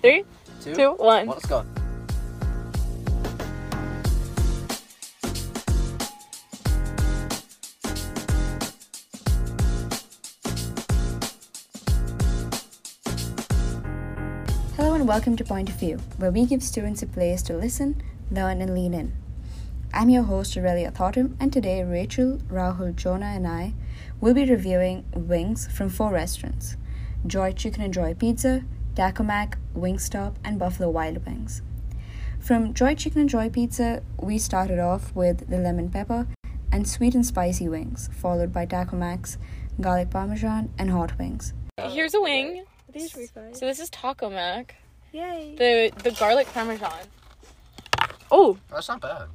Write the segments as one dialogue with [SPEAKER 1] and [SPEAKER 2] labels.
[SPEAKER 1] Three,
[SPEAKER 2] Two,
[SPEAKER 1] two, one.
[SPEAKER 2] Well, let's go.
[SPEAKER 3] Hello and welcome to Point of View, where we give students a place to listen, learn, and lean in. I'm your host, Aurelia Thottam, and today Rachel, Rahul, Jonah, and I will be reviewing wings from four restaurants Joy Chicken and Joy Pizza, Taco Mac, Wingstop, and Buffalo Wild Wings. From Joy Chicken and Joy Pizza, we started off with the lemon pepper and sweet and spicy wings, followed by Taco Mac's garlic parmesan and hot wings.
[SPEAKER 1] Here's a wing.
[SPEAKER 4] These were fun.
[SPEAKER 1] So this is Taco Mac.
[SPEAKER 4] Yay.
[SPEAKER 1] The the garlic parmesan. Oh,
[SPEAKER 2] That's not bad.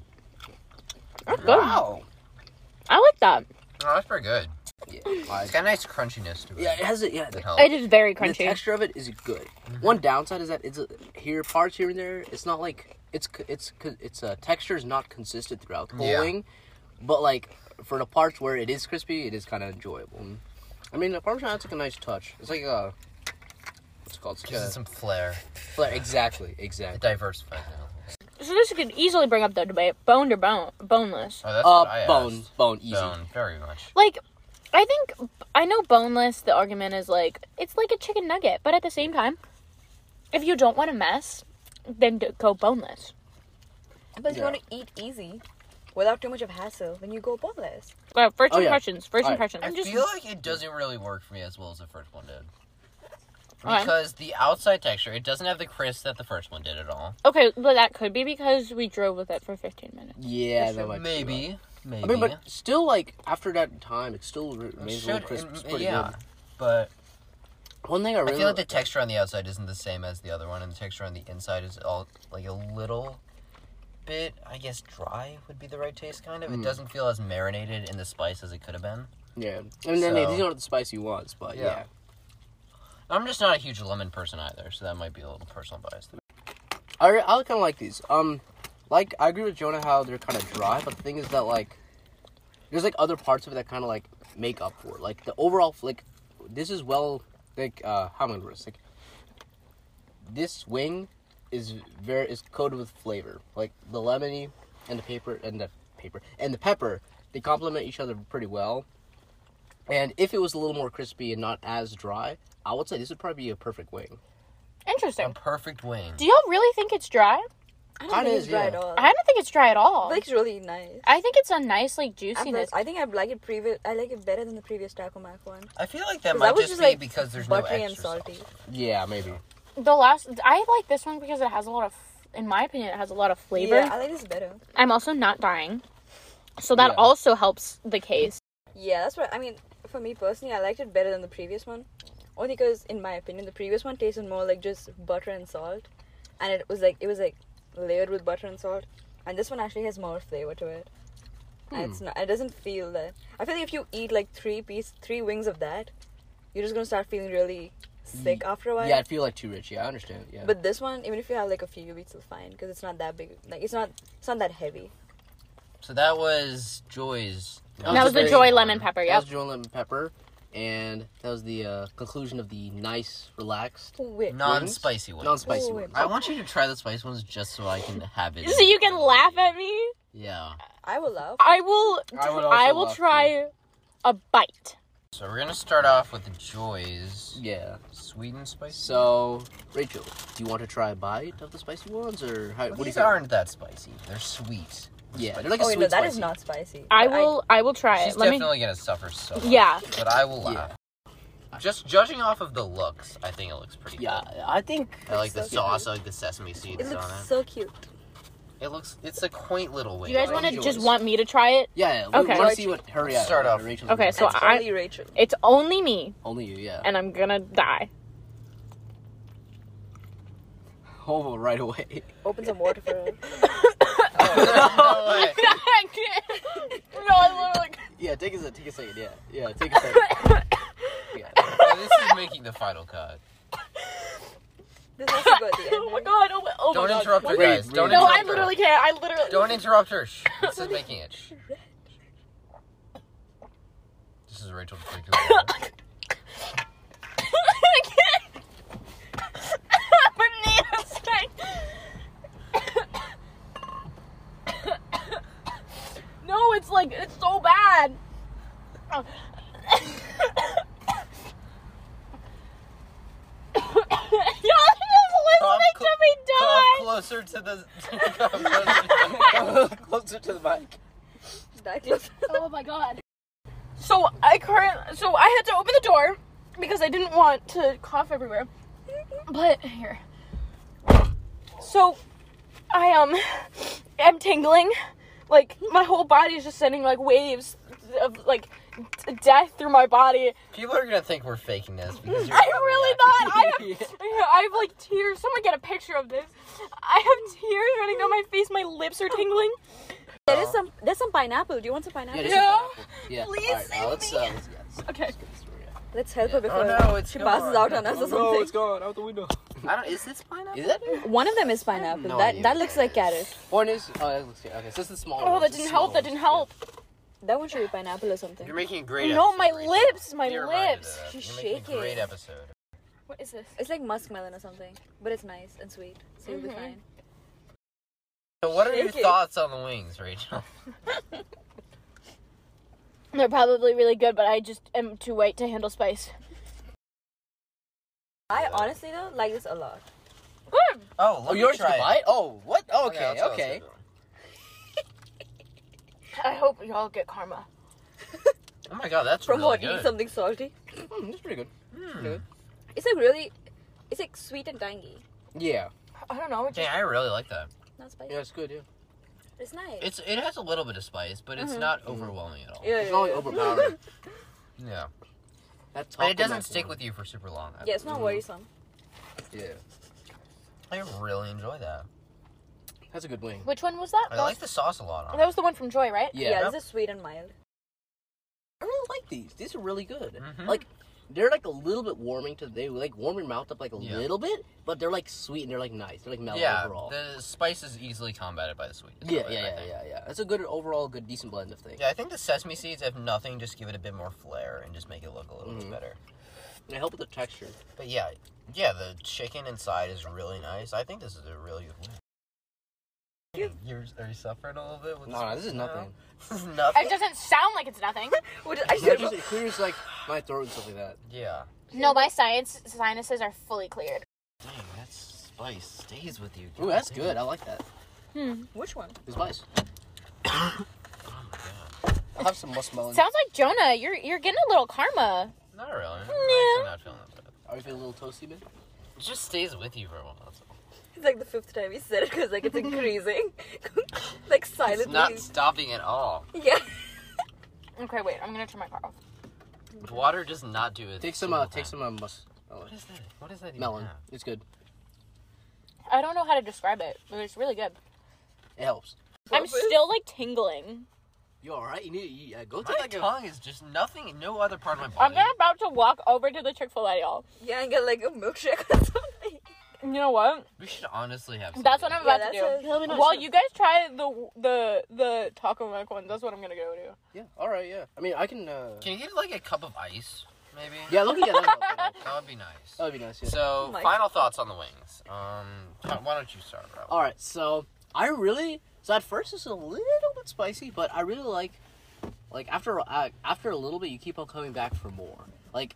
[SPEAKER 1] that's good.
[SPEAKER 2] Wow.
[SPEAKER 1] I like that.
[SPEAKER 5] Oh, that's pretty good. It's got a nice crunchiness to it. Mm-hmm.
[SPEAKER 2] Yeah, it has it. Yeah,
[SPEAKER 5] That
[SPEAKER 2] the,
[SPEAKER 5] helps.
[SPEAKER 1] It is very
[SPEAKER 2] the
[SPEAKER 1] crunchy.
[SPEAKER 2] texture of it is good. One downside is that it's a, here parts here and there. It's not like it's co- it's co- it's uh, texture is not consistent throughout the whole
[SPEAKER 5] Yeah.
[SPEAKER 2] wing, but like for the parts where it is crispy, it is kind of enjoyable. I mean, the parmesan that's like a nice touch. It's like a what's it called? It's like
[SPEAKER 5] Gives it some flair.
[SPEAKER 2] a flair. Exactly,
[SPEAKER 5] It
[SPEAKER 2] exactly.
[SPEAKER 5] diversifies it. a little.
[SPEAKER 1] so this could easily bring up the debate: boned or bone boneless.
[SPEAKER 5] Oh, that's what I
[SPEAKER 2] Uh,
[SPEAKER 5] asked.
[SPEAKER 2] bone, bone, easy.
[SPEAKER 5] Bone, very much.
[SPEAKER 1] Like, I think I know boneless. The argument is like it's like a chicken nugget, but at the same time, if you don't want to mess, then d- go boneless.
[SPEAKER 4] But if you
[SPEAKER 2] Yeah.
[SPEAKER 4] want to eat easy, without too much of hassle, then you go boneless.
[SPEAKER 1] Well, first
[SPEAKER 2] Oh, yeah.
[SPEAKER 1] impressions. First
[SPEAKER 2] Alright.
[SPEAKER 1] impressions.
[SPEAKER 5] I
[SPEAKER 1] I'm just
[SPEAKER 5] feel like it doesn't really work for me as well as the first one did.
[SPEAKER 1] Alright.
[SPEAKER 5] Because the outside texture, it doesn't have the crisp that the first one did at all.
[SPEAKER 1] okay. Well, that could be because we drove with it for 15 minutes.
[SPEAKER 2] Yeah, that might be right.
[SPEAKER 5] maybe, maybe.
[SPEAKER 2] I mean, but still, like after that time, it still re-
[SPEAKER 5] It
[SPEAKER 2] remains a
[SPEAKER 5] should-
[SPEAKER 2] little crisp.
[SPEAKER 5] it-
[SPEAKER 2] It's pretty
[SPEAKER 5] yeah, but
[SPEAKER 2] good. One thing I really
[SPEAKER 5] I feel like the texture on the outside isn't the same as the other one, and the texture on the inside is all like a little bit, I guess, dry would be the right taste. Kind of, it
[SPEAKER 2] Mm.
[SPEAKER 5] doesn't feel as marinated in the spice as it could have been.
[SPEAKER 2] Yeah, and then
[SPEAKER 5] So-
[SPEAKER 2] these aren't the spice you want, but
[SPEAKER 5] Yeah.
[SPEAKER 2] yeah.
[SPEAKER 5] I'm just not a huge lemon person either, so that might be a little personal bias.
[SPEAKER 2] I re- I kind of like these. Um, like I agree with Jonah how they're kind of dry, but the thing is that like, there's like other parts of it that kind of like make up for it. Like the overall like, this is well like uh how am I gonna word this? like, this wing is very is coated with flavor. Like the lemony and the paper and the paper and the pepper, they complement each other pretty well. And if it was a little more crispy and not as dry, I would say this would probably be a perfect wing.
[SPEAKER 1] Interesting.
[SPEAKER 5] A perfect wing.
[SPEAKER 1] Do y'all really think it's dry?
[SPEAKER 4] I don't
[SPEAKER 2] Kinda
[SPEAKER 4] think
[SPEAKER 2] is,
[SPEAKER 4] it's dry
[SPEAKER 2] yeah.
[SPEAKER 4] at all.
[SPEAKER 1] I don't think it's dry at all.
[SPEAKER 4] I think it's really nice.
[SPEAKER 1] I think it's a nice like
[SPEAKER 4] I, pre-
[SPEAKER 1] juiciness.
[SPEAKER 4] I think I like it previous. I like it better than the previous Taco Mac one.
[SPEAKER 5] I feel like that
[SPEAKER 4] 'Cause
[SPEAKER 5] might
[SPEAKER 4] that was
[SPEAKER 5] just,
[SPEAKER 4] just,
[SPEAKER 5] be
[SPEAKER 4] like,
[SPEAKER 5] because there's no
[SPEAKER 4] Buttery
[SPEAKER 5] extra
[SPEAKER 4] and salty.
[SPEAKER 5] sauce.
[SPEAKER 2] Yeah, maybe.
[SPEAKER 1] The last I like this one because it has a lot of, in my opinion, it has a lot of flavor.
[SPEAKER 4] Yeah, I like this better.
[SPEAKER 1] I'm also not dying, so that
[SPEAKER 2] Yeah.
[SPEAKER 1] also helps the case.
[SPEAKER 4] Yeah, that's what I mean. For me personally, I liked it better than the previous one, only because in my opinion, the previous one tasted more like just butter and salt, and it was like it was like layered with butter and salt, and this one actually has more flavor to it. And
[SPEAKER 2] Hmm.
[SPEAKER 4] it's not. It doesn't feel that. I feel like if you eat like three piece, three wings of that, you're just gonna start feeling really sick after a while.
[SPEAKER 2] Yeah, I'd feel like too rich. Yeah, I understand. Yeah.
[SPEAKER 4] But this one, even if you have like a few, you'll be still fine because it's not that big. Like it's not, it's not that heavy.
[SPEAKER 5] So that was Joy's.
[SPEAKER 1] that
[SPEAKER 2] That
[SPEAKER 1] was
[SPEAKER 2] was
[SPEAKER 1] the
[SPEAKER 2] very-
[SPEAKER 1] joy lemon pepper.
[SPEAKER 2] that
[SPEAKER 1] Yep.
[SPEAKER 2] was Joan Lemon Pepper, and that was the uh, conclusion of the nice, relaxed,
[SPEAKER 4] Wait,
[SPEAKER 5] non-spicy one.
[SPEAKER 2] non-spicy
[SPEAKER 4] Ooh,
[SPEAKER 2] one.
[SPEAKER 5] I want you to try the spicy ones just so I can have it.
[SPEAKER 1] So you can laugh at me.
[SPEAKER 5] Yeah.
[SPEAKER 4] I will love.
[SPEAKER 1] I will.
[SPEAKER 2] I would also
[SPEAKER 1] I will
[SPEAKER 2] laugh
[SPEAKER 1] try a bite.
[SPEAKER 5] So we're gonna start off with the Joy's
[SPEAKER 2] Yeah.
[SPEAKER 5] sweet and spicy.
[SPEAKER 2] So, Rachel, do you want to try a bite of the spicy ones, or how,
[SPEAKER 5] Well,
[SPEAKER 2] what do you
[SPEAKER 5] these
[SPEAKER 2] think?
[SPEAKER 5] aren't that spicy. They're sweet.
[SPEAKER 2] yeah,
[SPEAKER 5] spicy.
[SPEAKER 2] they're like a
[SPEAKER 4] Oh wait,
[SPEAKER 2] sweet
[SPEAKER 4] no, that
[SPEAKER 2] spicy.
[SPEAKER 4] is not spicy.
[SPEAKER 1] I
[SPEAKER 4] But
[SPEAKER 1] will. I, will try
[SPEAKER 5] She's
[SPEAKER 1] it. Let me.
[SPEAKER 5] definitely gonna suffer so. much,
[SPEAKER 1] Yeah.
[SPEAKER 5] But I will
[SPEAKER 2] Yeah.
[SPEAKER 5] laugh. Just judging off of the looks, I think it looks pretty.
[SPEAKER 2] Yeah,
[SPEAKER 5] Good.
[SPEAKER 2] I think.
[SPEAKER 5] I like the
[SPEAKER 4] so
[SPEAKER 5] sauce. I like the sesame seeds
[SPEAKER 4] It
[SPEAKER 5] on
[SPEAKER 4] looks
[SPEAKER 5] it.
[SPEAKER 4] so cute.
[SPEAKER 5] It looks. It's a quaint little
[SPEAKER 1] Do
[SPEAKER 5] wing.
[SPEAKER 1] you guys
[SPEAKER 2] I
[SPEAKER 1] want to
[SPEAKER 2] enjoy
[SPEAKER 1] just
[SPEAKER 2] this.
[SPEAKER 1] want me to try it?
[SPEAKER 2] Yeah, we
[SPEAKER 1] Okay.
[SPEAKER 2] want to see what her
[SPEAKER 5] Let's
[SPEAKER 2] reaction.
[SPEAKER 5] start off.
[SPEAKER 2] Rachel's
[SPEAKER 1] Okay, so
[SPEAKER 2] reaction.
[SPEAKER 4] It's
[SPEAKER 1] I-
[SPEAKER 4] only Rachel.
[SPEAKER 1] It's only me,
[SPEAKER 2] only you, yeah.
[SPEAKER 1] and I'm gonna die.
[SPEAKER 2] Oh, right away.
[SPEAKER 4] Open some water for her.
[SPEAKER 5] Oh, no way.
[SPEAKER 1] I can't. No, I literally.
[SPEAKER 2] Yeah, take a take a second. Yeah, yeah, take a second. yeah.
[SPEAKER 5] Oh, this is making the final cut.
[SPEAKER 4] This has to go at the end.
[SPEAKER 1] Oh my god! Oh my, oh my
[SPEAKER 5] Don't
[SPEAKER 1] god!
[SPEAKER 5] interrupt her,
[SPEAKER 2] Wait,
[SPEAKER 5] guys. Don't
[SPEAKER 1] No,
[SPEAKER 2] wait.
[SPEAKER 5] interrupt
[SPEAKER 1] I literally
[SPEAKER 5] her.
[SPEAKER 1] can't. I literally.
[SPEAKER 5] Don't interrupt her. Shh. This is making it. Shh. This is Rachel. particularly.
[SPEAKER 1] I can't. My knees
[SPEAKER 5] closer to the. come closer, come closer to the mic.
[SPEAKER 4] That close.
[SPEAKER 1] Oh my god. So I current so I had to open the door because I didn't want to cough everywhere. But here. So I um am tingling. Like my whole body is just sending like waves of like d- death through my body.
[SPEAKER 5] People are gonna think we're faking this because you're
[SPEAKER 1] I'm really not. I have,
[SPEAKER 5] Yeah.
[SPEAKER 1] I have like tears. Someone get a picture of this. I have tears running down my face. My lips are tingling.
[SPEAKER 4] There is some. There's some pineapple. Do you want some pineapple?
[SPEAKER 2] Yeah, this is
[SPEAKER 1] No.
[SPEAKER 2] pineapple. Yeah.
[SPEAKER 1] Please
[SPEAKER 2] Alright,
[SPEAKER 1] save
[SPEAKER 2] now let's,
[SPEAKER 1] me.
[SPEAKER 2] uh, let's- yeah, let's-
[SPEAKER 1] Okay.
[SPEAKER 2] let's get this story out.
[SPEAKER 4] Let's help
[SPEAKER 5] Yeah.
[SPEAKER 4] her before
[SPEAKER 5] Oh, no, it's
[SPEAKER 4] she passes
[SPEAKER 5] gone.
[SPEAKER 4] out on us or something.
[SPEAKER 2] Oh, gone out the window.
[SPEAKER 5] I don't. Is this pineapple?
[SPEAKER 2] Is it?
[SPEAKER 4] One of them is pineapple.
[SPEAKER 5] no
[SPEAKER 4] that
[SPEAKER 5] idea
[SPEAKER 4] that
[SPEAKER 5] what
[SPEAKER 4] looks
[SPEAKER 5] that
[SPEAKER 4] like carrot.
[SPEAKER 2] One is. Oh, that looks good. Okay, so this is the small
[SPEAKER 1] Oh, that didn't help. That didn't help.
[SPEAKER 4] That one should be pineapple or something.
[SPEAKER 5] You're making a great.
[SPEAKER 1] No,
[SPEAKER 5] episode
[SPEAKER 1] my
[SPEAKER 5] right
[SPEAKER 1] lips,
[SPEAKER 5] now.
[SPEAKER 1] my
[SPEAKER 5] Be reminded of
[SPEAKER 1] lips.
[SPEAKER 5] that.
[SPEAKER 4] She's
[SPEAKER 5] You're making
[SPEAKER 4] shaking.
[SPEAKER 5] A great episode.
[SPEAKER 1] What is this?
[SPEAKER 4] It's like muskmelon or something, but it's nice and sweet, so you'll be
[SPEAKER 1] Mhm.
[SPEAKER 4] fine.
[SPEAKER 5] So, what are your
[SPEAKER 4] Shaking.
[SPEAKER 5] thoughts on the wings, Rachel?
[SPEAKER 1] They're probably really good, but I just am too white to handle spice.
[SPEAKER 4] I honestly though like this a lot.
[SPEAKER 1] Good.
[SPEAKER 5] Oh, let
[SPEAKER 2] Oh,
[SPEAKER 5] me
[SPEAKER 2] yours
[SPEAKER 5] try
[SPEAKER 2] is
[SPEAKER 5] it.
[SPEAKER 2] mine? Oh, what?
[SPEAKER 5] Okay,
[SPEAKER 2] Okay,
[SPEAKER 5] that's what I was
[SPEAKER 2] okay.
[SPEAKER 5] gonna do.
[SPEAKER 1] I hope y'all get karma.
[SPEAKER 5] Oh my god, that's
[SPEAKER 4] From
[SPEAKER 5] really
[SPEAKER 4] what?
[SPEAKER 5] good.
[SPEAKER 4] Eat something salty.
[SPEAKER 2] Hmm, that's pretty good.
[SPEAKER 5] Hmm.
[SPEAKER 2] Good.
[SPEAKER 4] It's like really, it's like sweet and tangy.
[SPEAKER 2] Yeah.
[SPEAKER 1] I don't know.
[SPEAKER 5] Dang, I really like that.
[SPEAKER 4] Not spicy.
[SPEAKER 2] Yeah, it's good, yeah.
[SPEAKER 4] It's nice.
[SPEAKER 5] It's it has a little bit of spice, but
[SPEAKER 1] Mm-hmm.
[SPEAKER 5] it's not overwhelming at all.
[SPEAKER 4] yeah,
[SPEAKER 2] It's not like
[SPEAKER 4] yeah.
[SPEAKER 2] overpowering.
[SPEAKER 5] Yeah,
[SPEAKER 2] That
[SPEAKER 5] but
[SPEAKER 2] taco
[SPEAKER 5] it doesn't
[SPEAKER 2] mac
[SPEAKER 5] stick
[SPEAKER 2] one.
[SPEAKER 5] with you for super long. I-
[SPEAKER 4] Yeah, it's not worrisome.
[SPEAKER 2] Yeah.
[SPEAKER 5] I really enjoy that.
[SPEAKER 2] That's a good wing.
[SPEAKER 1] Which one was that?
[SPEAKER 5] I
[SPEAKER 1] That
[SPEAKER 5] like
[SPEAKER 1] was-
[SPEAKER 5] the sauce a lot. On
[SPEAKER 1] That was the one from Joy, right?
[SPEAKER 2] Yeah.
[SPEAKER 4] yeah, this is sweet and mild.
[SPEAKER 2] I really like these. These are really good.
[SPEAKER 5] Mhm.
[SPEAKER 2] Like they're like a little bit warming to they like warm your mouth up like a
[SPEAKER 5] Yeah.
[SPEAKER 2] little bit, but they're like sweet and they're like nice. They're like
[SPEAKER 5] it.
[SPEAKER 2] mellow
[SPEAKER 5] yeah,
[SPEAKER 2] overall.
[SPEAKER 5] the spice is easily combated by the sweet.
[SPEAKER 2] Yeah, yeah, yeah, yeah, yeah. That's a good overall good decent blend of things.
[SPEAKER 5] Yeah, I think the sesame seeds, if nothing, just give it a bit more flair and just make it look a little bit
[SPEAKER 2] Mhm.
[SPEAKER 5] better.
[SPEAKER 2] And it helps with the texture.
[SPEAKER 5] But yeah, yeah, the chicken inside is really nice. I think this is a really good one. You're, are you suffering a little bit? With
[SPEAKER 2] No, no, this is nothing.
[SPEAKER 5] this is
[SPEAKER 1] It
[SPEAKER 5] nothing.
[SPEAKER 1] doesn't sound like it's nothing.
[SPEAKER 4] Which is, I
[SPEAKER 2] It
[SPEAKER 4] should.
[SPEAKER 2] just it clears like my throat and stuff like that.
[SPEAKER 5] Yeah.
[SPEAKER 1] no, my science sinuses are fully cleared.
[SPEAKER 5] Dang, that spice stays with you.
[SPEAKER 2] Ooh, that's good. I like that.
[SPEAKER 4] Which one?
[SPEAKER 2] It's nice. I'll have some muskmelon.
[SPEAKER 1] Sounds like Jonah. You're you're getting a little karma.
[SPEAKER 5] Not really.
[SPEAKER 1] No.
[SPEAKER 5] I'm not feeling that bad.
[SPEAKER 2] Are you feeling a little toasty, man?
[SPEAKER 5] It just stays with you for a while. That's all.
[SPEAKER 4] It's like the fifth time he said it because like it's increasing, like silently.
[SPEAKER 5] It's not stopping at all.
[SPEAKER 4] Yeah.
[SPEAKER 1] Okay, wait. I'm gonna turn my car off.
[SPEAKER 5] Water does not do it.
[SPEAKER 2] Take some. Uh, take some uh, muskmelon.
[SPEAKER 5] What is that? What is that? Even
[SPEAKER 2] Melon.
[SPEAKER 5] have?
[SPEAKER 2] It's good.
[SPEAKER 1] I don't know how to describe it, but it's really good.
[SPEAKER 2] It helps.
[SPEAKER 1] I'm still like tingling.
[SPEAKER 2] You all right? You need. You, uh, go
[SPEAKER 5] My
[SPEAKER 2] take like a.
[SPEAKER 5] tongue is just nothing. No other part of my
[SPEAKER 1] I'm
[SPEAKER 5] body.
[SPEAKER 1] gonna about to walk over to the Chick Fil A, y'all.
[SPEAKER 4] Yeah, and get like a milkshake or something.
[SPEAKER 1] You know what?
[SPEAKER 5] We should honestly have.
[SPEAKER 1] That's what
[SPEAKER 5] something.
[SPEAKER 1] I'm about
[SPEAKER 4] Yeah,
[SPEAKER 1] to
[SPEAKER 4] that's
[SPEAKER 1] do.
[SPEAKER 4] a- Probably
[SPEAKER 2] not
[SPEAKER 1] While
[SPEAKER 2] sure.
[SPEAKER 1] you guys try the the the taco mac one, that's what I'm gonna go do.
[SPEAKER 2] Yeah. All right. Yeah. I mean, I can. Uh...
[SPEAKER 5] Can you get like a cup of ice, maybe?
[SPEAKER 2] Yeah. Look at that.
[SPEAKER 5] That would be nice.
[SPEAKER 2] That would be nice. Yeah.
[SPEAKER 5] So,
[SPEAKER 4] Oh my-
[SPEAKER 5] final thoughts on the wings. Um, Tom, why don't you start, bro?
[SPEAKER 2] All right, so I really so at first it's a little bit spicy, but I really like like after uh, after a little bit you keep on coming back for more. Like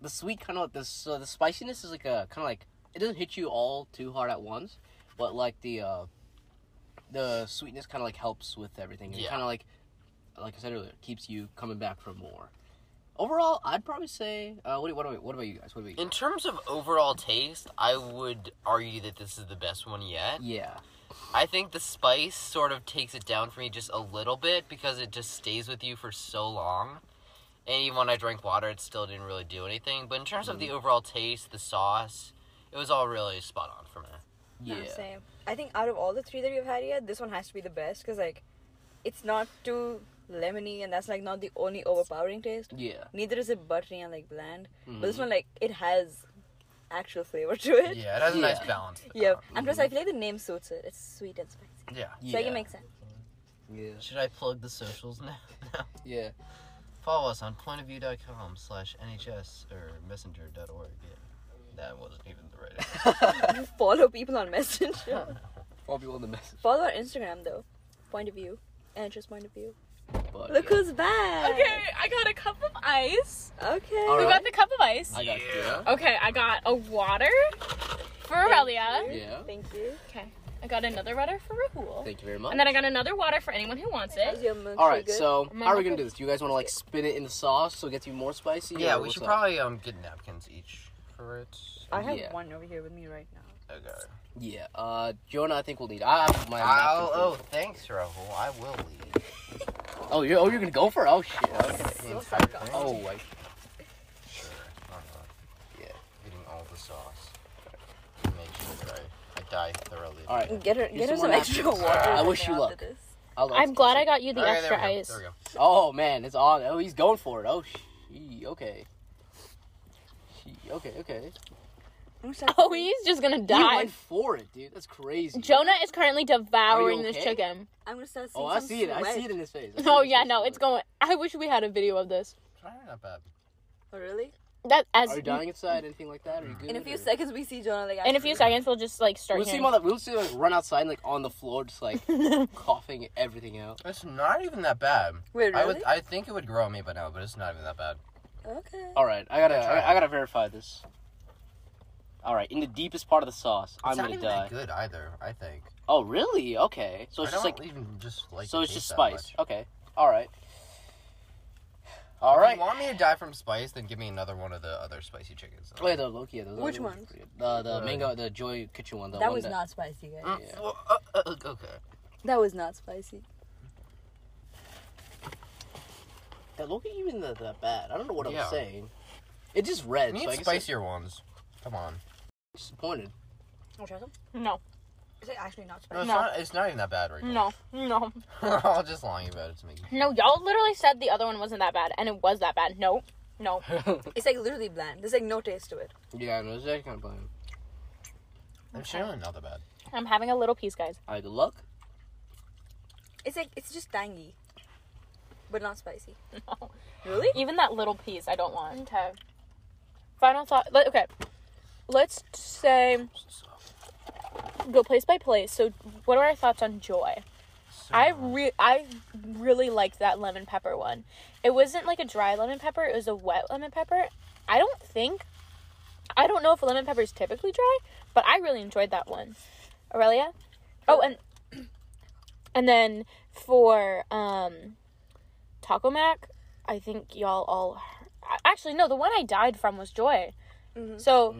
[SPEAKER 2] the sweet kind of this uh, the spiciness is like a kind of like it doesn't hit you all too hard at once, but like the uh the sweetness kind of like helps with everything. It
[SPEAKER 5] Yeah.
[SPEAKER 2] kind of like like I said earlier keeps you coming back for more. Overall, I'd probably say uh, what, do- what, about, what about you guys? What about you?
[SPEAKER 5] In terms of overall taste, I would argue that this is the best one yet.
[SPEAKER 2] yeah,
[SPEAKER 5] I think the spice sort of takes it down for me just a little bit because it just stays with you for so long. And even when I drank water, it still didn't really do anything. But in terms of the overall taste, the sauce, it was all really spot on for me.
[SPEAKER 2] yeah.
[SPEAKER 4] No, same. I think out of all the three that we've had yet, this one has to be the best because like, it's not too lemony, and that's like not the only overpowering taste.
[SPEAKER 2] Yeah,
[SPEAKER 4] Neither is it buttery and like bland. But this one like it has actual flavor to it.
[SPEAKER 5] Yeah, it has a nice
[SPEAKER 2] Mm. Yeah.
[SPEAKER 5] balance.
[SPEAKER 4] Yeah. And plus, I feel like the name suits it. It's sweet and spicy.
[SPEAKER 5] Yeah.
[SPEAKER 4] So like,
[SPEAKER 2] Yeah.
[SPEAKER 4] it makes sense.
[SPEAKER 2] yeah,
[SPEAKER 5] Should I plug the socials now? no.
[SPEAKER 2] yeah.
[SPEAKER 5] Follow us on pointofview.com slash NHS or messenger.org. Yeah. That wasn't even the right answer.
[SPEAKER 4] Follow people on Messenger.
[SPEAKER 2] I'll be on the message.
[SPEAKER 4] Follow our Instagram though. Point of view. And just point of view.
[SPEAKER 2] But,
[SPEAKER 4] Look
[SPEAKER 2] yeah.
[SPEAKER 4] who's back.
[SPEAKER 1] I got a cup of ice.
[SPEAKER 4] Okay.
[SPEAKER 2] All
[SPEAKER 1] We
[SPEAKER 2] right.
[SPEAKER 1] got the cup of ice.
[SPEAKER 2] I got
[SPEAKER 5] Yeah.
[SPEAKER 1] Okay, I got a water for
[SPEAKER 4] Thank
[SPEAKER 1] Aurelia.
[SPEAKER 4] you.
[SPEAKER 2] Yeah.
[SPEAKER 4] Thank you.
[SPEAKER 1] Okay. I got another water for Rahul.
[SPEAKER 2] Thank you very much.
[SPEAKER 1] And then I got another water for anyone who wants
[SPEAKER 4] How's
[SPEAKER 1] it.
[SPEAKER 4] your milkshake
[SPEAKER 2] All right,
[SPEAKER 4] good?
[SPEAKER 2] so
[SPEAKER 1] My
[SPEAKER 2] how are we
[SPEAKER 1] mom-
[SPEAKER 2] gonna do this? Do you guys want to like spin it in the sauce so it gets even more spicy?
[SPEAKER 5] Yeah,
[SPEAKER 2] or
[SPEAKER 5] we
[SPEAKER 2] what's
[SPEAKER 5] should
[SPEAKER 2] up?
[SPEAKER 5] probably um get napkins each for it.
[SPEAKER 4] I have
[SPEAKER 2] yeah.
[SPEAKER 4] one over here with me right now.
[SPEAKER 5] Okay.
[SPEAKER 2] Yeah, uh, Jonah, I think we'll need. I have my.
[SPEAKER 5] I'll,
[SPEAKER 2] napkin
[SPEAKER 5] oh, thanks, Rahul. I will leave.
[SPEAKER 2] for- oh, you're oh you're gonna go for it? oh shit. Okay.
[SPEAKER 5] The entire thing?
[SPEAKER 2] Oh wait.
[SPEAKER 5] Sure. I'm not
[SPEAKER 2] Yeah.
[SPEAKER 5] Getting all the sauce. To make sure that I, I die thoroughly.
[SPEAKER 2] All right.
[SPEAKER 4] Mm, Get her,
[SPEAKER 2] Here's
[SPEAKER 4] get her
[SPEAKER 2] some
[SPEAKER 4] some
[SPEAKER 2] more
[SPEAKER 4] extra
[SPEAKER 2] napkins.
[SPEAKER 4] water.
[SPEAKER 2] I
[SPEAKER 4] or
[SPEAKER 2] wish
[SPEAKER 4] something
[SPEAKER 2] you
[SPEAKER 4] after
[SPEAKER 2] luck.
[SPEAKER 4] this.
[SPEAKER 2] I'll-
[SPEAKER 1] I'm glad I got you the
[SPEAKER 5] Okay,
[SPEAKER 1] extra
[SPEAKER 5] there we go,
[SPEAKER 1] ice.
[SPEAKER 5] There we go.
[SPEAKER 2] Oh man, it's on. Oh, he's going for it. Oh, she. Okay. She. Okay. Okay.
[SPEAKER 4] I'm sorry.
[SPEAKER 1] Oh, he's just gonna
[SPEAKER 2] He
[SPEAKER 1] die.
[SPEAKER 2] went for it, dude. That's crazy.
[SPEAKER 1] Jonah is currently devouring this
[SPEAKER 2] okay?
[SPEAKER 1] chicken.
[SPEAKER 4] I'm gonna start seeing
[SPEAKER 2] oh, I
[SPEAKER 4] some
[SPEAKER 2] see it. I see
[SPEAKER 4] sweat.
[SPEAKER 2] it in his face. I see
[SPEAKER 1] Oh
[SPEAKER 2] it in his
[SPEAKER 1] yeah,
[SPEAKER 2] face.
[SPEAKER 1] no, it's going. I wish we had a video of this.
[SPEAKER 5] Sorry, not bad.
[SPEAKER 4] Oh, really?
[SPEAKER 1] That as
[SPEAKER 2] Are you dying inside? Anything like that? Are you good?
[SPEAKER 4] In a few
[SPEAKER 2] or-
[SPEAKER 4] seconds, we see Jonah
[SPEAKER 1] in
[SPEAKER 4] like.
[SPEAKER 1] a
[SPEAKER 4] actually-
[SPEAKER 1] few seconds, we'll just like start.
[SPEAKER 2] We'll see him on the. We'll see him like, run outside and, like on the floor, just like coughing everything out.
[SPEAKER 5] It's not even that bad.
[SPEAKER 4] Wait,
[SPEAKER 5] I would.
[SPEAKER 4] really?
[SPEAKER 5] I think it would grow on me by now, but it's not even that bad.
[SPEAKER 4] Okay.
[SPEAKER 2] All right, I gotta.
[SPEAKER 5] Try it.
[SPEAKER 2] I, I gotta verify this. All right, in the deepest part of the sauce, I'm
[SPEAKER 5] it's not
[SPEAKER 2] gonna
[SPEAKER 5] even
[SPEAKER 2] die.
[SPEAKER 5] that good either. I think.
[SPEAKER 2] Oh really? Okay. So
[SPEAKER 5] I
[SPEAKER 2] it's just
[SPEAKER 5] don't
[SPEAKER 2] like.
[SPEAKER 5] even just like.
[SPEAKER 2] so
[SPEAKER 5] the
[SPEAKER 2] it's just
[SPEAKER 5] taste that
[SPEAKER 2] spice.
[SPEAKER 5] much.
[SPEAKER 2] Okay. All right. All
[SPEAKER 5] If
[SPEAKER 2] right.
[SPEAKER 5] you want me to die from spice, then give me another one of the other spicy chickens.
[SPEAKER 2] Oh, yeah, the Loki. Yeah, those
[SPEAKER 4] Which
[SPEAKER 2] those are
[SPEAKER 4] ones?
[SPEAKER 2] pretty good. The the
[SPEAKER 5] Uh,
[SPEAKER 2] mango, the Joy Kitchen one. The
[SPEAKER 4] That
[SPEAKER 2] one
[SPEAKER 4] was not spicy, guys.
[SPEAKER 5] Mm,
[SPEAKER 2] yeah.
[SPEAKER 5] well, uh, uh, okay.
[SPEAKER 4] That was not spicy.
[SPEAKER 2] That Loki even that, that bad. I don't know what
[SPEAKER 5] Yeah.
[SPEAKER 2] I'm saying. It just red.
[SPEAKER 5] We
[SPEAKER 2] so
[SPEAKER 5] need
[SPEAKER 2] I guess
[SPEAKER 5] spicier ones. Come on.
[SPEAKER 2] I'm disappointed.
[SPEAKER 4] Want to try some?
[SPEAKER 1] No,
[SPEAKER 4] Is it actually not
[SPEAKER 5] No,
[SPEAKER 4] spicy?
[SPEAKER 5] it's
[SPEAKER 1] No.
[SPEAKER 5] not. It's not even that bad right
[SPEAKER 2] Mm,
[SPEAKER 5] now.
[SPEAKER 1] no, no,
[SPEAKER 5] No. I'll just lying about it to make you.
[SPEAKER 1] no. Y'all literally said the other one wasn't that bad, and it was that bad. No, no.
[SPEAKER 2] Mm.
[SPEAKER 4] It's like literally bland. There's like no taste to it.
[SPEAKER 2] yeah, no, it's that kind of blame.
[SPEAKER 5] It's generally not that bad.
[SPEAKER 1] I'm having a little piece, guys.
[SPEAKER 2] All right, good luck.
[SPEAKER 4] It's like it's just tangy, but not spicy.
[SPEAKER 1] No.
[SPEAKER 4] Really?
[SPEAKER 1] Even that little piece, I don't want. Okay. Final thought. Let, okay. Let's say go place by place. So, what are our thoughts on joy?
[SPEAKER 5] So-
[SPEAKER 1] I re- I really liked that lemon pepper one. It wasn't like a dry lemon pepper, it was a wet lemon pepper. I don't think I don't know if lemon pepper is typically dry, but I really enjoyed that one. Aurelia? Oh, and and then for um Taco Mac, I think y'all all I- actually no, the one I died from was Joy.
[SPEAKER 4] Mm-hmm.
[SPEAKER 1] So uh,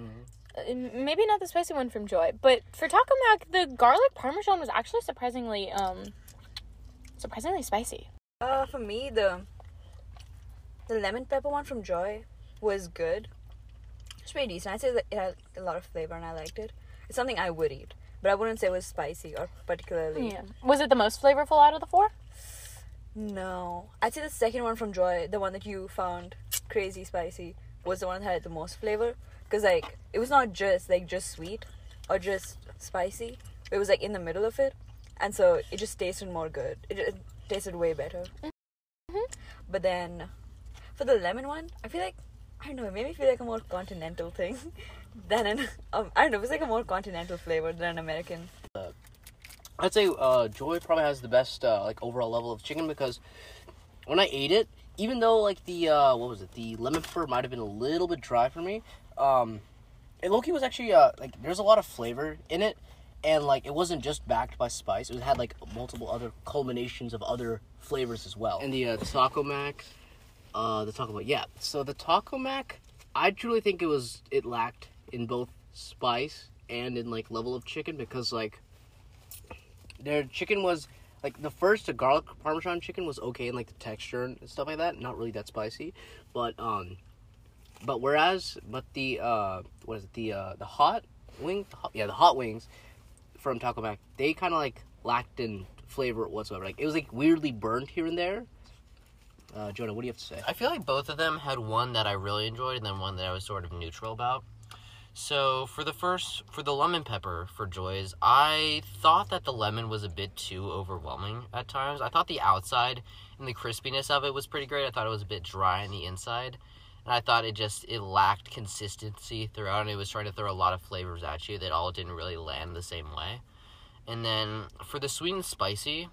[SPEAKER 5] Mm-hmm.
[SPEAKER 1] m maybe not the spicy one from Joy, but for Taco Mac, the garlic parmesan was actually surprisingly um surprisingly spicy.
[SPEAKER 4] Uh, for me, the the lemon pepper one from Joy was good. It's pretty decent. I'd say that it had a lot of flavor and I liked it. It's something I would eat, but I wouldn't say it was spicy or particularly.
[SPEAKER 1] Was it the most flavorful out of the four?
[SPEAKER 4] No, I'd say the second one from Joy, the one that you found crazy spicy, was the one that had the most flavor. Cause like it was not just like just sweet or just spicy. It was like in the middle of it, and so it just tasted more good. It, it tasted way better. Mm-hmm. But then for the lemon one, I feel like I don't know. It made me feel like a more continental thing than an um, I don't know. It was like a more continental flavor than an American.
[SPEAKER 2] I'd say uh, Joy probably has the best uh, like overall level of chicken because when I ate it, even though like the uh, what was it, the lemon pepper might have been a little bit dry for me, um, and Loki was actually uh, like there's a lot of flavor in it, and like it wasn't just backed by spice; it had like multiple other culminations of other flavors as well. And the uh, taco mac, uh, the taco mac, yeah. So the taco mac, I truly think it was it lacked in both spice and in like level of chicken because like their chicken was like the first the garlic parmesan chicken was okay and like the texture and stuff like that not really that spicy but um but whereas but the uh what is it the uh the hot wing the hot, yeah the hot wings from taco mac they kind of like lacked in flavor whatsoever like it was like weirdly burned here and there uh jonah what do you have to say
[SPEAKER 5] I feel like both of them had one that I really enjoyed and then one that I was sort of neutral about. So for the first, for the lemon pepper for Joy's, I thought that the lemon was a bit too overwhelming at times. I thought the outside and the crispiness of it was pretty great. I thought it was a bit dry on the inside, and I thought it just it lacked consistency throughout. And it was trying to throw a lot of flavors at you that all didn't really land the same way. And then for the sweet and spicy,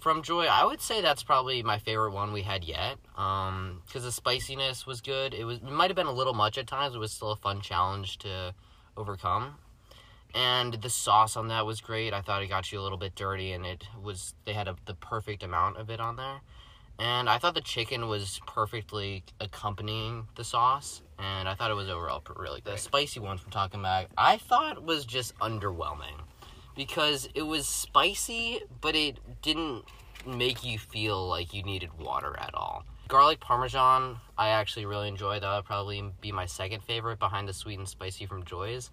[SPEAKER 5] from Joy, I would say that's probably my favorite one we had yet. Um, because the spiciness was good. It was it might have been a little much at times. It was still a fun challenge to overcome. and the sauce on that was great. I thought it got you a little bit dirty, and it was they had a, the perfect amount of it on there. And I thought the chicken was perfectly accompanying the sauce, and I thought it was overall pr- really good. The spicy one from Taco Mac, I thought was just underwhelming because it was spicy, but it didn't make you feel like you needed water at all. Garlic Parmesan, I actually really enjoyed. That would probably be my second favorite behind the sweet and spicy from Joy's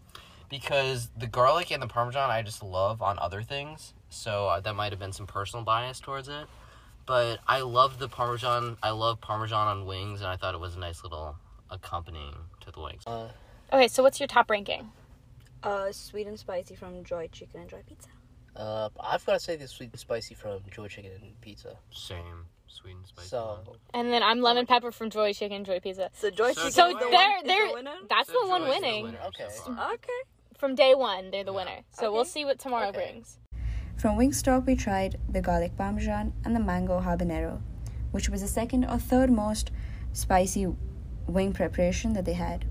[SPEAKER 5] because the garlic and the Parmesan I just love on other things. So uh, that might have been some personal bias towards it. But I love the Parmesan. I love Parmesan on wings, and I thought it was a nice little accompanying to the wings.
[SPEAKER 2] Uh,
[SPEAKER 1] Okay, so what's your top ranking?
[SPEAKER 4] Uh, sweet and spicy from Joy Chicken and Joy Pizza.
[SPEAKER 2] Uh, I've got to say the sweet and spicy from Joy Chicken and Pizza.
[SPEAKER 5] Same. Sweet and spicy. one.
[SPEAKER 2] So
[SPEAKER 1] And then I'm lemon pepper from Joy Chicken, Joy Pizza.
[SPEAKER 4] So Joy
[SPEAKER 5] So
[SPEAKER 4] Chicken
[SPEAKER 5] Joy-
[SPEAKER 1] So
[SPEAKER 4] is the
[SPEAKER 1] they're
[SPEAKER 4] one, is
[SPEAKER 1] they're
[SPEAKER 4] the winner?
[SPEAKER 1] that's
[SPEAKER 5] So
[SPEAKER 1] the one
[SPEAKER 5] Joy's is the
[SPEAKER 1] winning
[SPEAKER 5] winner so
[SPEAKER 2] Okay.
[SPEAKER 5] far.
[SPEAKER 4] Okay.
[SPEAKER 1] from day one. They're the
[SPEAKER 5] Yeah.
[SPEAKER 1] winner. So we'll
[SPEAKER 4] Okay.
[SPEAKER 1] see what tomorrow
[SPEAKER 2] Okay.
[SPEAKER 1] brings.
[SPEAKER 3] From Wingstop, we tried the garlic parmesan and the mango habanero, which was the second or third most spicy wing preparation that they had.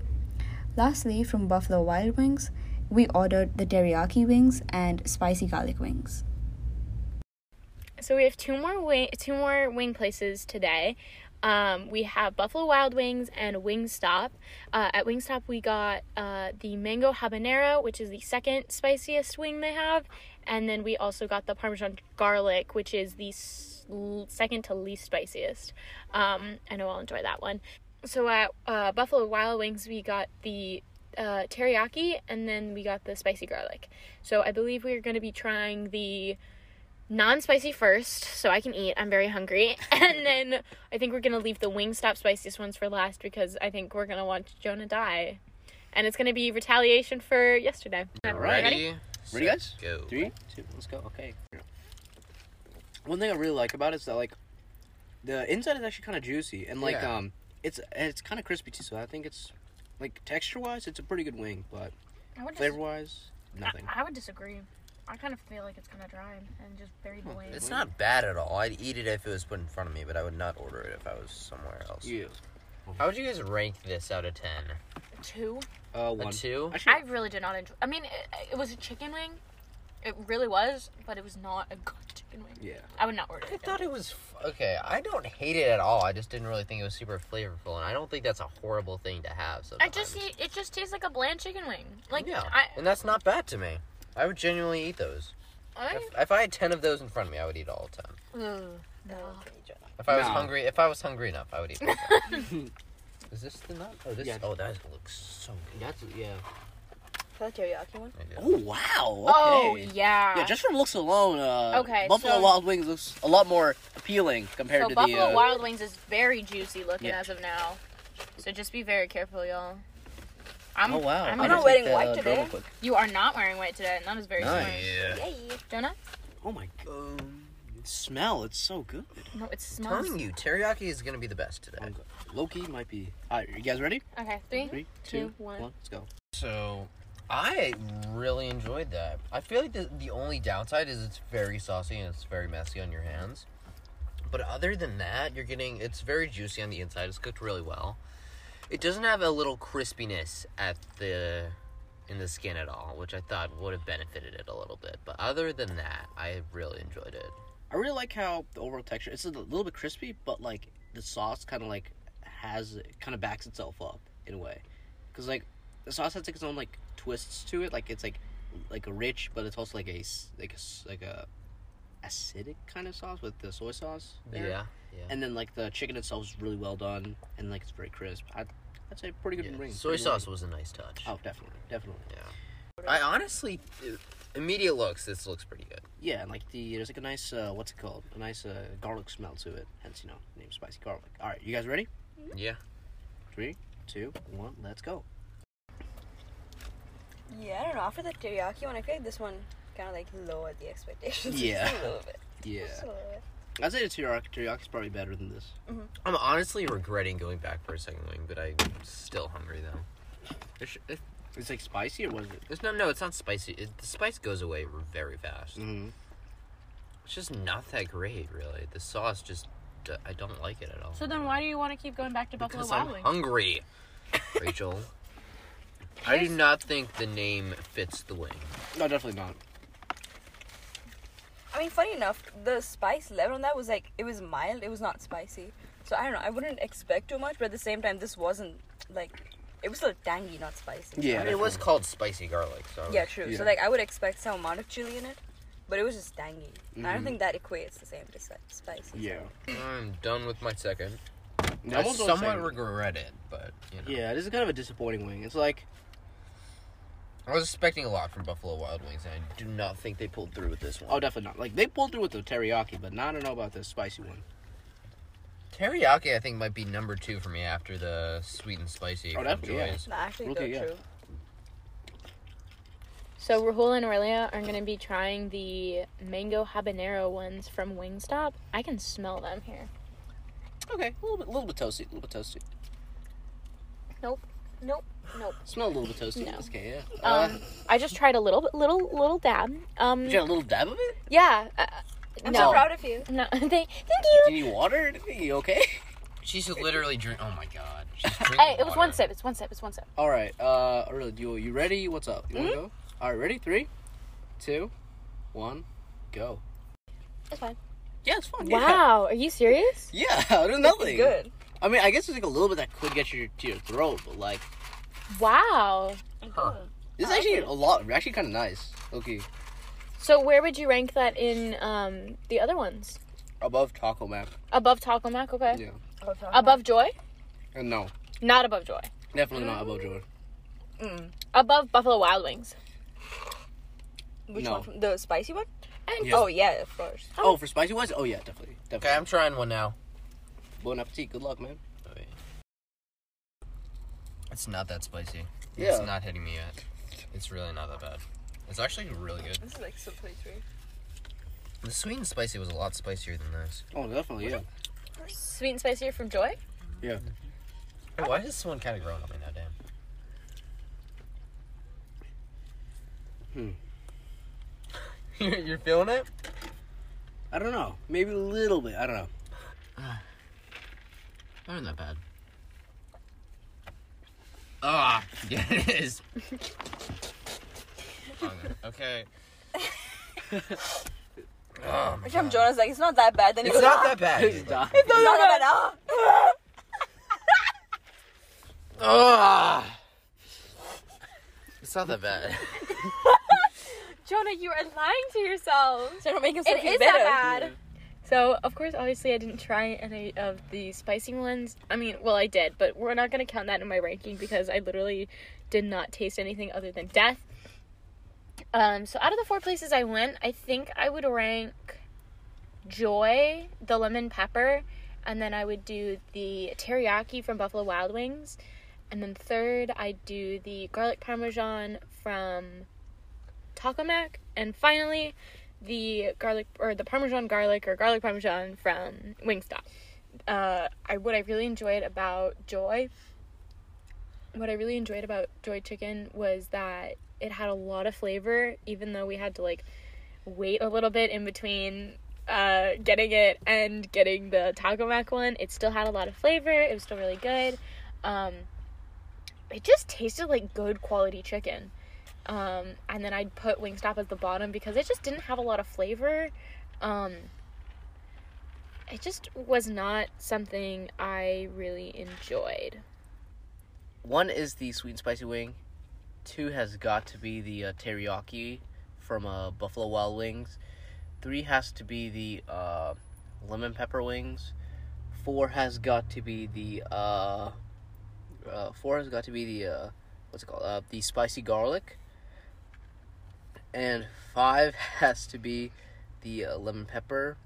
[SPEAKER 3] Lastly, from Buffalo Wild Wings, we ordered the teriyaki wings and spicy garlic wings.
[SPEAKER 1] So we have two more wing two more wing places today. Um, we have Buffalo Wild Wings and Wingstop. Uh, at Wingstop, we got uh, the mango habanero, which is the second spiciest wing they have, and then we also got the Parmesan garlic, which is the s- l- second to least spiciest. Um, I know I'll enjoy that one. So at uh, Buffalo Wild Wings, we got the uh, teriyaki, and then we got the spicy garlic. So I believe we are going to be trying the non-spicy first so i can eat i'm very hungry and then i think we're gonna leave the wing stop spiciest ones for last because i think we're gonna watch jonah die and it's gonna be retaliation for yesterday
[SPEAKER 2] Alrighty. Ready, guys?
[SPEAKER 5] set, Go.
[SPEAKER 2] Three, two, let's go. Okay. One thing I really like about it is that like the inside is actually kind of juicy and like
[SPEAKER 5] Yeah.
[SPEAKER 2] um it's it's kind of crispy too. So I think it's like texture wise, it's a pretty good wing, but
[SPEAKER 1] i would,
[SPEAKER 2] flavor wise, nothing.
[SPEAKER 1] would disagree i kind of feel like it's kind of dry and just very bland
[SPEAKER 5] It's not bad at all. I'd eat it if it was put in front of me, but I would not order it if I was somewhere else.
[SPEAKER 2] Yeah.
[SPEAKER 5] How would you guys rank this out of ten?
[SPEAKER 1] two
[SPEAKER 2] Uh,
[SPEAKER 5] A
[SPEAKER 2] one.
[SPEAKER 5] two?
[SPEAKER 2] Actually,
[SPEAKER 1] i really did not enjoy i mean it, it was a chicken wing it really was but it was not a good chicken wing
[SPEAKER 2] yeah.
[SPEAKER 1] i would not order
[SPEAKER 5] I
[SPEAKER 1] it
[SPEAKER 5] thought it was f- okay. I don't hate it at all. I just didn't really think it was super flavorful, and I don't think that's a horrible thing to have.
[SPEAKER 1] i
[SPEAKER 5] Sometimes.
[SPEAKER 1] just it just tastes like a bland chicken wing like
[SPEAKER 5] yeah,
[SPEAKER 1] I,
[SPEAKER 5] and that's not bad to me. I would genuinely eat those.
[SPEAKER 1] I
[SPEAKER 5] If, if I had ten of those in front of me, I would eat all ten. If I was
[SPEAKER 2] No.
[SPEAKER 5] hungry, if I was hungry enough, I would eat. All 10. Is this the nut? Oh, this.
[SPEAKER 2] Yeah.
[SPEAKER 5] Oh, that looks so good.
[SPEAKER 2] That's yeah.
[SPEAKER 4] For the teriyaki one.
[SPEAKER 5] I do.
[SPEAKER 2] Oh wow.
[SPEAKER 1] Oh
[SPEAKER 2] Okay.
[SPEAKER 1] yeah.
[SPEAKER 2] Yeah, just from looks alone, uh,
[SPEAKER 1] Okay,
[SPEAKER 2] Buffalo
[SPEAKER 1] so-
[SPEAKER 2] Wild Wings looks a lot more appealing compared
[SPEAKER 1] so
[SPEAKER 2] to
[SPEAKER 1] Buffalo
[SPEAKER 2] the. Uh,
[SPEAKER 1] Wild Wings is very juicy looking
[SPEAKER 2] Yeah.
[SPEAKER 1] as of now. So just be very careful, y'all. I'm,
[SPEAKER 2] Oh wow!
[SPEAKER 1] I'm
[SPEAKER 2] I'm
[SPEAKER 1] gonna-
[SPEAKER 2] gonna
[SPEAKER 4] wearing
[SPEAKER 2] take the
[SPEAKER 4] white
[SPEAKER 2] drum
[SPEAKER 4] today.
[SPEAKER 2] uh, real quick.
[SPEAKER 1] you are not wearing white today, and that is very
[SPEAKER 2] Nice.
[SPEAKER 1] smart.
[SPEAKER 5] Yeah.
[SPEAKER 4] Yay.
[SPEAKER 1] Jonah?
[SPEAKER 2] Oh my god! smell, it's so good.
[SPEAKER 1] No, it smells.
[SPEAKER 5] Telling you, teriyaki is gonna be the best today.
[SPEAKER 2] Okay. Loki might be. Alright, you guys ready?
[SPEAKER 1] Okay, three.
[SPEAKER 2] Three,
[SPEAKER 1] two, one.
[SPEAKER 2] Let's go.
[SPEAKER 5] So, I really enjoyed that. I feel like the, the only downside is it's very saucy and it's very messy on your hands. But other than that, you're getting it's very juicy on the inside. It's cooked really well. It doesn't have a little crispiness at the in the skin at all, which I thought would have benefited it a little bit. But other than that, I really enjoyed it.
[SPEAKER 2] I really like how the overall texture. It's a little bit crispy, but like the sauce kind of like has kind of backs itself up in a way, because like the sauce has like its own like twists to it. Like it's like like a rich, but it's also like a s- like a s- like a acidic kind of sauce with the soy sauce. there.
[SPEAKER 5] Yeah. Yeah.
[SPEAKER 2] And then like the chicken itself is really well done, and like it's very crisp. I'd, I'd say pretty good
[SPEAKER 5] Yeah.
[SPEAKER 2] ring.
[SPEAKER 5] Soy
[SPEAKER 2] pretty good
[SPEAKER 5] sauce
[SPEAKER 2] ring.
[SPEAKER 5] was a nice touch.
[SPEAKER 2] Oh, definitely, definitely.
[SPEAKER 5] I honestly uh, immediate looks this looks pretty good.
[SPEAKER 2] Yeah, and like the there's like a nice uh, what's it called? A nice uh, garlic smell to it. Hence, you know, name spicy garlic. All right, you guys ready?
[SPEAKER 5] Yeah.
[SPEAKER 2] Three, two, one, let's go.
[SPEAKER 4] Yeah, I don't know. After the teriyaki one, I feel like this one kind of like lowered the expectations.
[SPEAKER 2] Yeah.
[SPEAKER 4] Just a little bit. Just a
[SPEAKER 2] Yeah,
[SPEAKER 4] little bit.
[SPEAKER 2] I'd say the teriyaki teriyaki's probably better than this.
[SPEAKER 5] I'm honestly regretting going back for a second wing, but I'm still hungry though. It sh- it-
[SPEAKER 2] It's like spicy or was it?
[SPEAKER 5] It's not. No, it's not spicy. It, the spice goes away r- very fast.
[SPEAKER 2] Mm-hmm.
[SPEAKER 5] It's just not that great, really. The sauce just. d- I don't like it at all.
[SPEAKER 1] So then why do you want to keep going back to Buffalo
[SPEAKER 5] because
[SPEAKER 1] Wild
[SPEAKER 5] I'm
[SPEAKER 1] Wings?
[SPEAKER 5] hungry, Rachel. I do not think the name fits the wing.
[SPEAKER 2] No, definitely not.
[SPEAKER 4] I mean, funny enough, the spice level on that was like it was mild. It was not spicy. So I don't know. I wouldn't expect too much, but at the same time, this wasn't like it was still tangy, not spicy.
[SPEAKER 2] Yeah,
[SPEAKER 5] I mean, it was called spicy garlic, so
[SPEAKER 4] Yeah, true.
[SPEAKER 2] Yeah.
[SPEAKER 4] So like I would expect some amount of chili in it, but it was just tangy. And I don't
[SPEAKER 2] Mhm.
[SPEAKER 4] think that equates the same to spi- spicy. so-
[SPEAKER 2] yeah.
[SPEAKER 5] I'm done with my second.
[SPEAKER 2] No,
[SPEAKER 5] I
[SPEAKER 2] almost don't
[SPEAKER 5] somewhat
[SPEAKER 2] say-
[SPEAKER 5] regret it, but you know,
[SPEAKER 2] yeah, this is kind of a disappointing wing. It's like
[SPEAKER 5] I was expecting a lot from Buffalo Wild Wings, and I do not think they pulled through with this one.
[SPEAKER 2] oh, definitely not. Like they pulled through with the teriyaki, but not I don't know about the spicy one.
[SPEAKER 5] teriyaki, I think, might be number two for me after the sweet and spicy.
[SPEAKER 2] Oh,
[SPEAKER 5] from
[SPEAKER 2] definitely, yeah.
[SPEAKER 5] Joy's.
[SPEAKER 4] No, actually,
[SPEAKER 2] Okay,
[SPEAKER 4] go
[SPEAKER 2] yeah.
[SPEAKER 4] true.
[SPEAKER 1] So Rahul and Aurelia are gonna be trying the mango habanero ones from Wingstop. I can smell them here.
[SPEAKER 2] Okay, a little bit, little bit toasty, a little bit toasty.
[SPEAKER 1] Nope. Nope. Nope.
[SPEAKER 2] Smell a little bit toasty.
[SPEAKER 1] No.
[SPEAKER 2] Okay, yeah. Uh,
[SPEAKER 1] Um, I just tried a little bit, little, little dab. Um,
[SPEAKER 2] you got a little dab of it?
[SPEAKER 1] yeah. Uh,
[SPEAKER 4] I'm
[SPEAKER 1] no,
[SPEAKER 4] so proud of you.
[SPEAKER 1] no. Thank, thank
[SPEAKER 2] Do
[SPEAKER 1] you.
[SPEAKER 2] you need water? or anything? You okay?
[SPEAKER 5] She's literally drink. Oh my god, she's drinking
[SPEAKER 1] Hey, it was
[SPEAKER 5] water.
[SPEAKER 1] one sip. It's one sip. It's one sip.
[SPEAKER 2] All right. Uh, really, you you ready? What's up? You wanna go? All right, ready? Three, two, one, go.
[SPEAKER 1] It's fine.
[SPEAKER 2] Yeah, it's fun.
[SPEAKER 1] Wow, are you serious?
[SPEAKER 2] Yeah, yeah there's
[SPEAKER 4] This is
[SPEAKER 2] nothing.
[SPEAKER 4] good.
[SPEAKER 2] I mean, I guess there's like a little bit that could get your to your throat, but like
[SPEAKER 1] Wow.
[SPEAKER 2] this is actually a lot. Actually, kind of nice. Okay,
[SPEAKER 1] So where would you rank that in um the other ones?
[SPEAKER 2] above Taco Mac.
[SPEAKER 1] Above Taco Mac, okay.
[SPEAKER 2] Yeah,
[SPEAKER 1] Above Joy?
[SPEAKER 2] and no,
[SPEAKER 1] Not above Joy.
[SPEAKER 2] definitely not above Jordan.
[SPEAKER 1] Above Buffalo Wild Wings.
[SPEAKER 4] Which
[SPEAKER 2] No.
[SPEAKER 4] one? From, the spicy one?
[SPEAKER 1] And
[SPEAKER 2] Yeah.
[SPEAKER 4] Oh yeah, of course.
[SPEAKER 2] Oh, for spicy wise, oh yeah, definitely, definitely.
[SPEAKER 5] Okay, I'm trying one now.
[SPEAKER 2] Bon appetit. Good luck, man.
[SPEAKER 5] It's not that spicy.
[SPEAKER 2] Yeah.
[SPEAKER 5] It's not hitting me yet. It's really not that bad. It's actually really good.
[SPEAKER 4] This is like so twenty-three.
[SPEAKER 5] The sweet and spicy was a lot spicier than this.
[SPEAKER 2] Oh, definitely, yeah.
[SPEAKER 1] sweet and spicier from Joy?
[SPEAKER 5] Hey, why is this one kind of growing on me now, damn?
[SPEAKER 2] Hmm.
[SPEAKER 5] You're- You're feeling it?
[SPEAKER 2] I don't know. Maybe a little bit. I don't know.
[SPEAKER 5] They aren't that bad. Ah, yeah, it is. okay. oh, my
[SPEAKER 4] Which I'm Jonah's like it's not that bad. Then he
[SPEAKER 5] It's
[SPEAKER 4] goes,
[SPEAKER 5] not
[SPEAKER 4] "Ah,
[SPEAKER 5] that
[SPEAKER 2] It's
[SPEAKER 5] bad.
[SPEAKER 2] not-
[SPEAKER 4] it's not that bad. Ah.
[SPEAKER 5] Ah. It's not that bad.
[SPEAKER 1] Jonah, you are lying to yourself.
[SPEAKER 4] So don't make
[SPEAKER 1] It
[SPEAKER 4] himself
[SPEAKER 1] is
[SPEAKER 4] better.
[SPEAKER 1] that bad. So of course, obviously, I didn't try any of the spicy ones. I mean, well, I did, but we're not gonna count that in my ranking because I literally did not taste anything other than death. Um, so out of the four places I went, I think I would rank Joy, the lemon pepper, and then I would do the teriyaki from Buffalo Wild Wings, and then third I do the garlic parmesan from Taco Mac, and finally the garlic or the parmesan garlic or garlic parmesan from Wingstop. Uh, I what I really enjoyed about Joy. What I really enjoyed about Joy Chicken was that it had a lot of flavor, even though we had to like wait a little bit in between uh, getting it and getting the taco mac one. It still had a lot of flavor. It was still really good. Um, it just tasted like good quality chicken. Um, and then I'd put Wingstop at the bottom because it just didn't have a lot of flavor. Um, it just was not something I really enjoyed.
[SPEAKER 2] One is the sweet and spicy wing. Two has got to be the uh, teriyaki from uh, Buffalo Wild Wings. Three has to be the uh, lemon pepper wings. Four has got to be the uh, uh, four has got to be the uh, what's it called? Uh, the spicy garlic. And five has to be the uh, lemon pepper.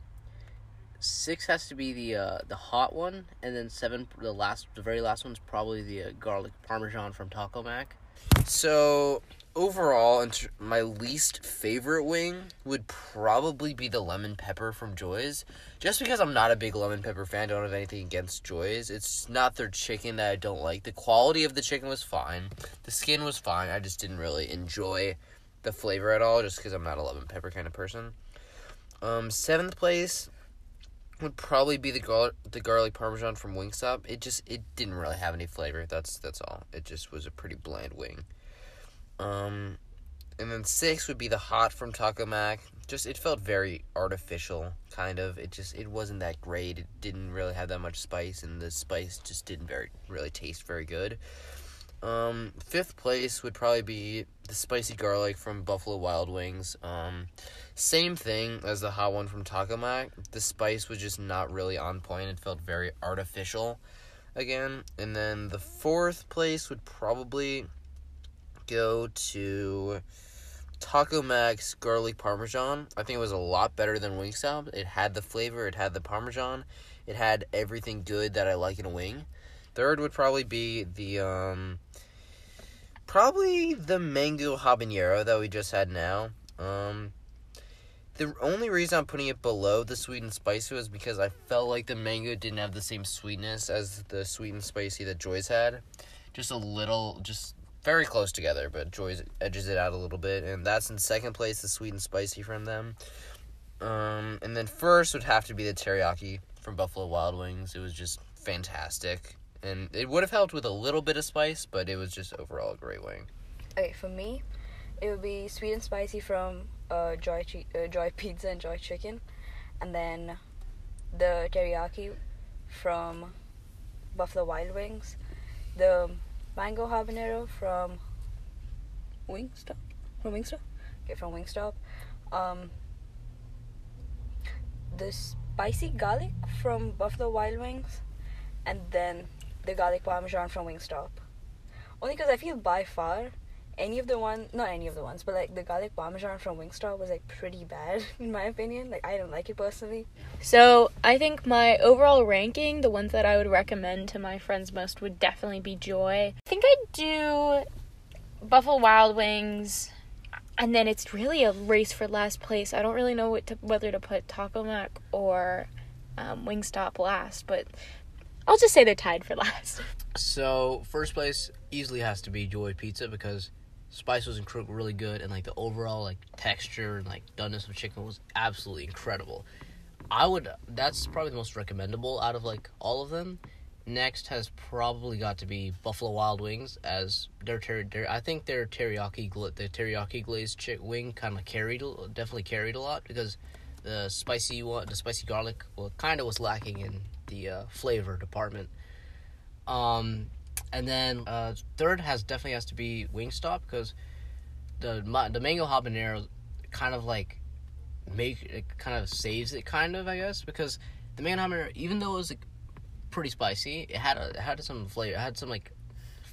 [SPEAKER 2] Six has to be the uh, the hot one, and then seven, the last, the very last one's probably the uh, garlic parmesan from Taco Mac.
[SPEAKER 5] So overall, in tr- my least favorite wing would probably be the lemon pepper from Joy's. Just because I'm not a big lemon pepper fan, don't have anything against Joy's. It's not their chicken that I don't like. The quality of the chicken was fine. The skin was fine. I just didn't really enjoy the flavor at all. Just because I'm not a lemon pepper kind of person. Um, seventh place would probably be the gar- the garlic parmesan from Wingstop. It just it didn't really have any flavor. That's that's all. It just was a pretty bland wing. Um, and then six would be the hot from Taco Mac. Just it felt very artificial, kind of. It just it wasn't that great. It didn't really have that much spice, and the spice just didn't very really taste very good. Um, fifth place would probably be the spicy garlic from Buffalo Wild Wings. Um, same thing as the hot one from Taco Mac. The spice was just not really on point. It felt very artificial again. And then the fourth place would probably go to Taco Mac's garlic parmesan. I think it was a lot better than Wingstop. It had the flavor, it had the parmesan, it had everything good that I like in a wing. Third would probably be the um probably the mango habanero that we just had now. Um the only reason I'm putting it below the sweet and spicy was because I felt like the mango didn't have the same sweetness as the sweet and spicy that Joy's had. Just a little just very close together, but Joy's edges it out a little bit, and that's in second place, the sweet and spicy from them. Um, and then first would have to be the teriyaki from Buffalo Wild Wings. It was just fantastic, and it would have helped with a little bit of spice, but it was just overall a great wing.
[SPEAKER 4] Okay, for me, it would be sweet and spicy from uh, Joy che- uh, Joy Pizza and Joy Chicken, and then the teriyaki from Buffalo Wild Wings, the mango habanero from Wingstop, from Wingstop, okay, from Wingstop, um, the spicy garlic from Buffalo Wild Wings, and then the garlic parmesan from Wingstop. Only because I feel by far any of the one not any of the ones, but like the garlic parmesan from Wingstop was like pretty bad in my opinion. Like I didn't like it personally.
[SPEAKER 6] So I think my overall ranking, the ones that I would recommend to my friends most, would definitely be Joy. I think I'd do Buffalo Wild Wings, and then it's really a race for last place. I don't really know what to, whether to put Taco Mac or um, Wingstop last, but I'll just say they're tied for last.
[SPEAKER 2] So first place easily has to be Joy Pizza because spice was incre- really good and like the overall like texture and like doneness of chicken was absolutely incredible. I would that's probably the most recommendable out of like all of them. Next has probably got to be Buffalo Wild Wings as their ter- their I think their teriyaki gla- the teriyaki glazed chick wing kind of carried a- definitely carried a lot because the spicy one the spicy garlic well kind of was lacking in the uh, flavor department. Um, and then uh, third has definitely has to be Wingstop because the ma- the mango habanero kind of like make it kind of saves it kind of I guess because the mango habanero even though it was like, pretty spicy it had a, it had some flavor it had some like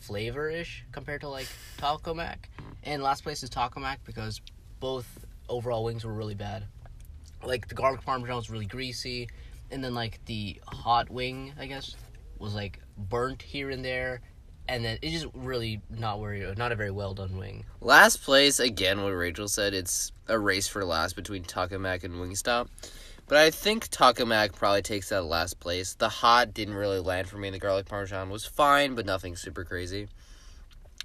[SPEAKER 2] flavor ish compared to like Taco Mac and last place is Taco Mac because both overall wings were really bad like the garlic parmesan was really greasy and then like the hot wing i guess was like burnt here and there and then it just really not very not a very well done wing
[SPEAKER 5] Last place, again, what Rachel said, it's a race for last between Taco Mac and Wingstop. But I think Taco Mac probably takes that last place. The hot didn't really land for me, and the garlic parmesan was fine, but nothing super crazy.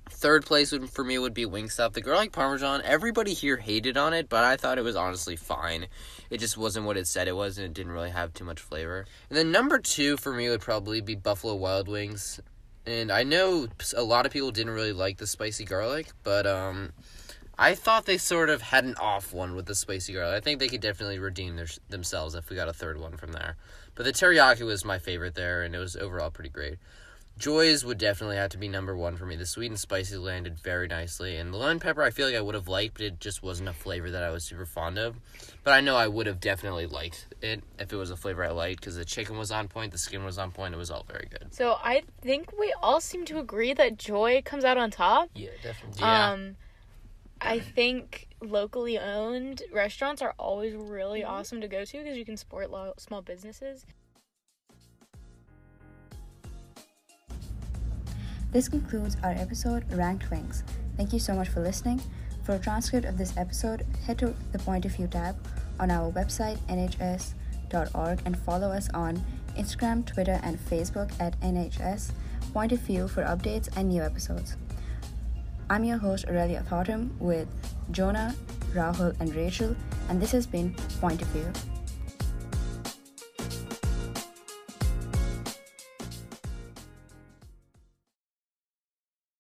[SPEAKER 5] Third place would, for me would be Wingstop. The garlic parmesan, everybody here hated on it, but I thought it was honestly fine. It just wasn't what it said it was, and it didn't really have too much flavor. And then number two for me would probably be Buffalo Wild Wings and I know a lot of people didn't really like the spicy garlic, but um, I thought they sort of had an off one with the spicy garlic. I think they could definitely redeem their, themselves if we got a third one from there. But the teriyaki was my favorite there, and it was overall pretty great. Joy's would definitely have to be number one for me. The sweet and spicy landed very nicely, and the lemon pepper I feel like I would have liked, but it just wasn't a flavor that I was super fond of. But I know I would have definitely liked it if it was a flavor I liked because the chicken was on point, the skin was on point, it was all very good.
[SPEAKER 6] So I think we all seem to agree that Joy comes out on top.
[SPEAKER 2] yeah definitely
[SPEAKER 5] Yeah.
[SPEAKER 6] Um, I think locally owned restaurants are always really awesome to go to because you can support lo- small businesses.
[SPEAKER 3] This concludes our episode, Ranked Wings. Thank you so much for listening. For a transcript of this episode, head to the Point of View tab on our website, nhs.org, and follow us on Instagram, Twitter, and Facebook at NHS Point of View for updates and new episodes. I'm your host, Aurelia Thottam, with Jonah, Rahul, and Rachel, and this has been Point of View.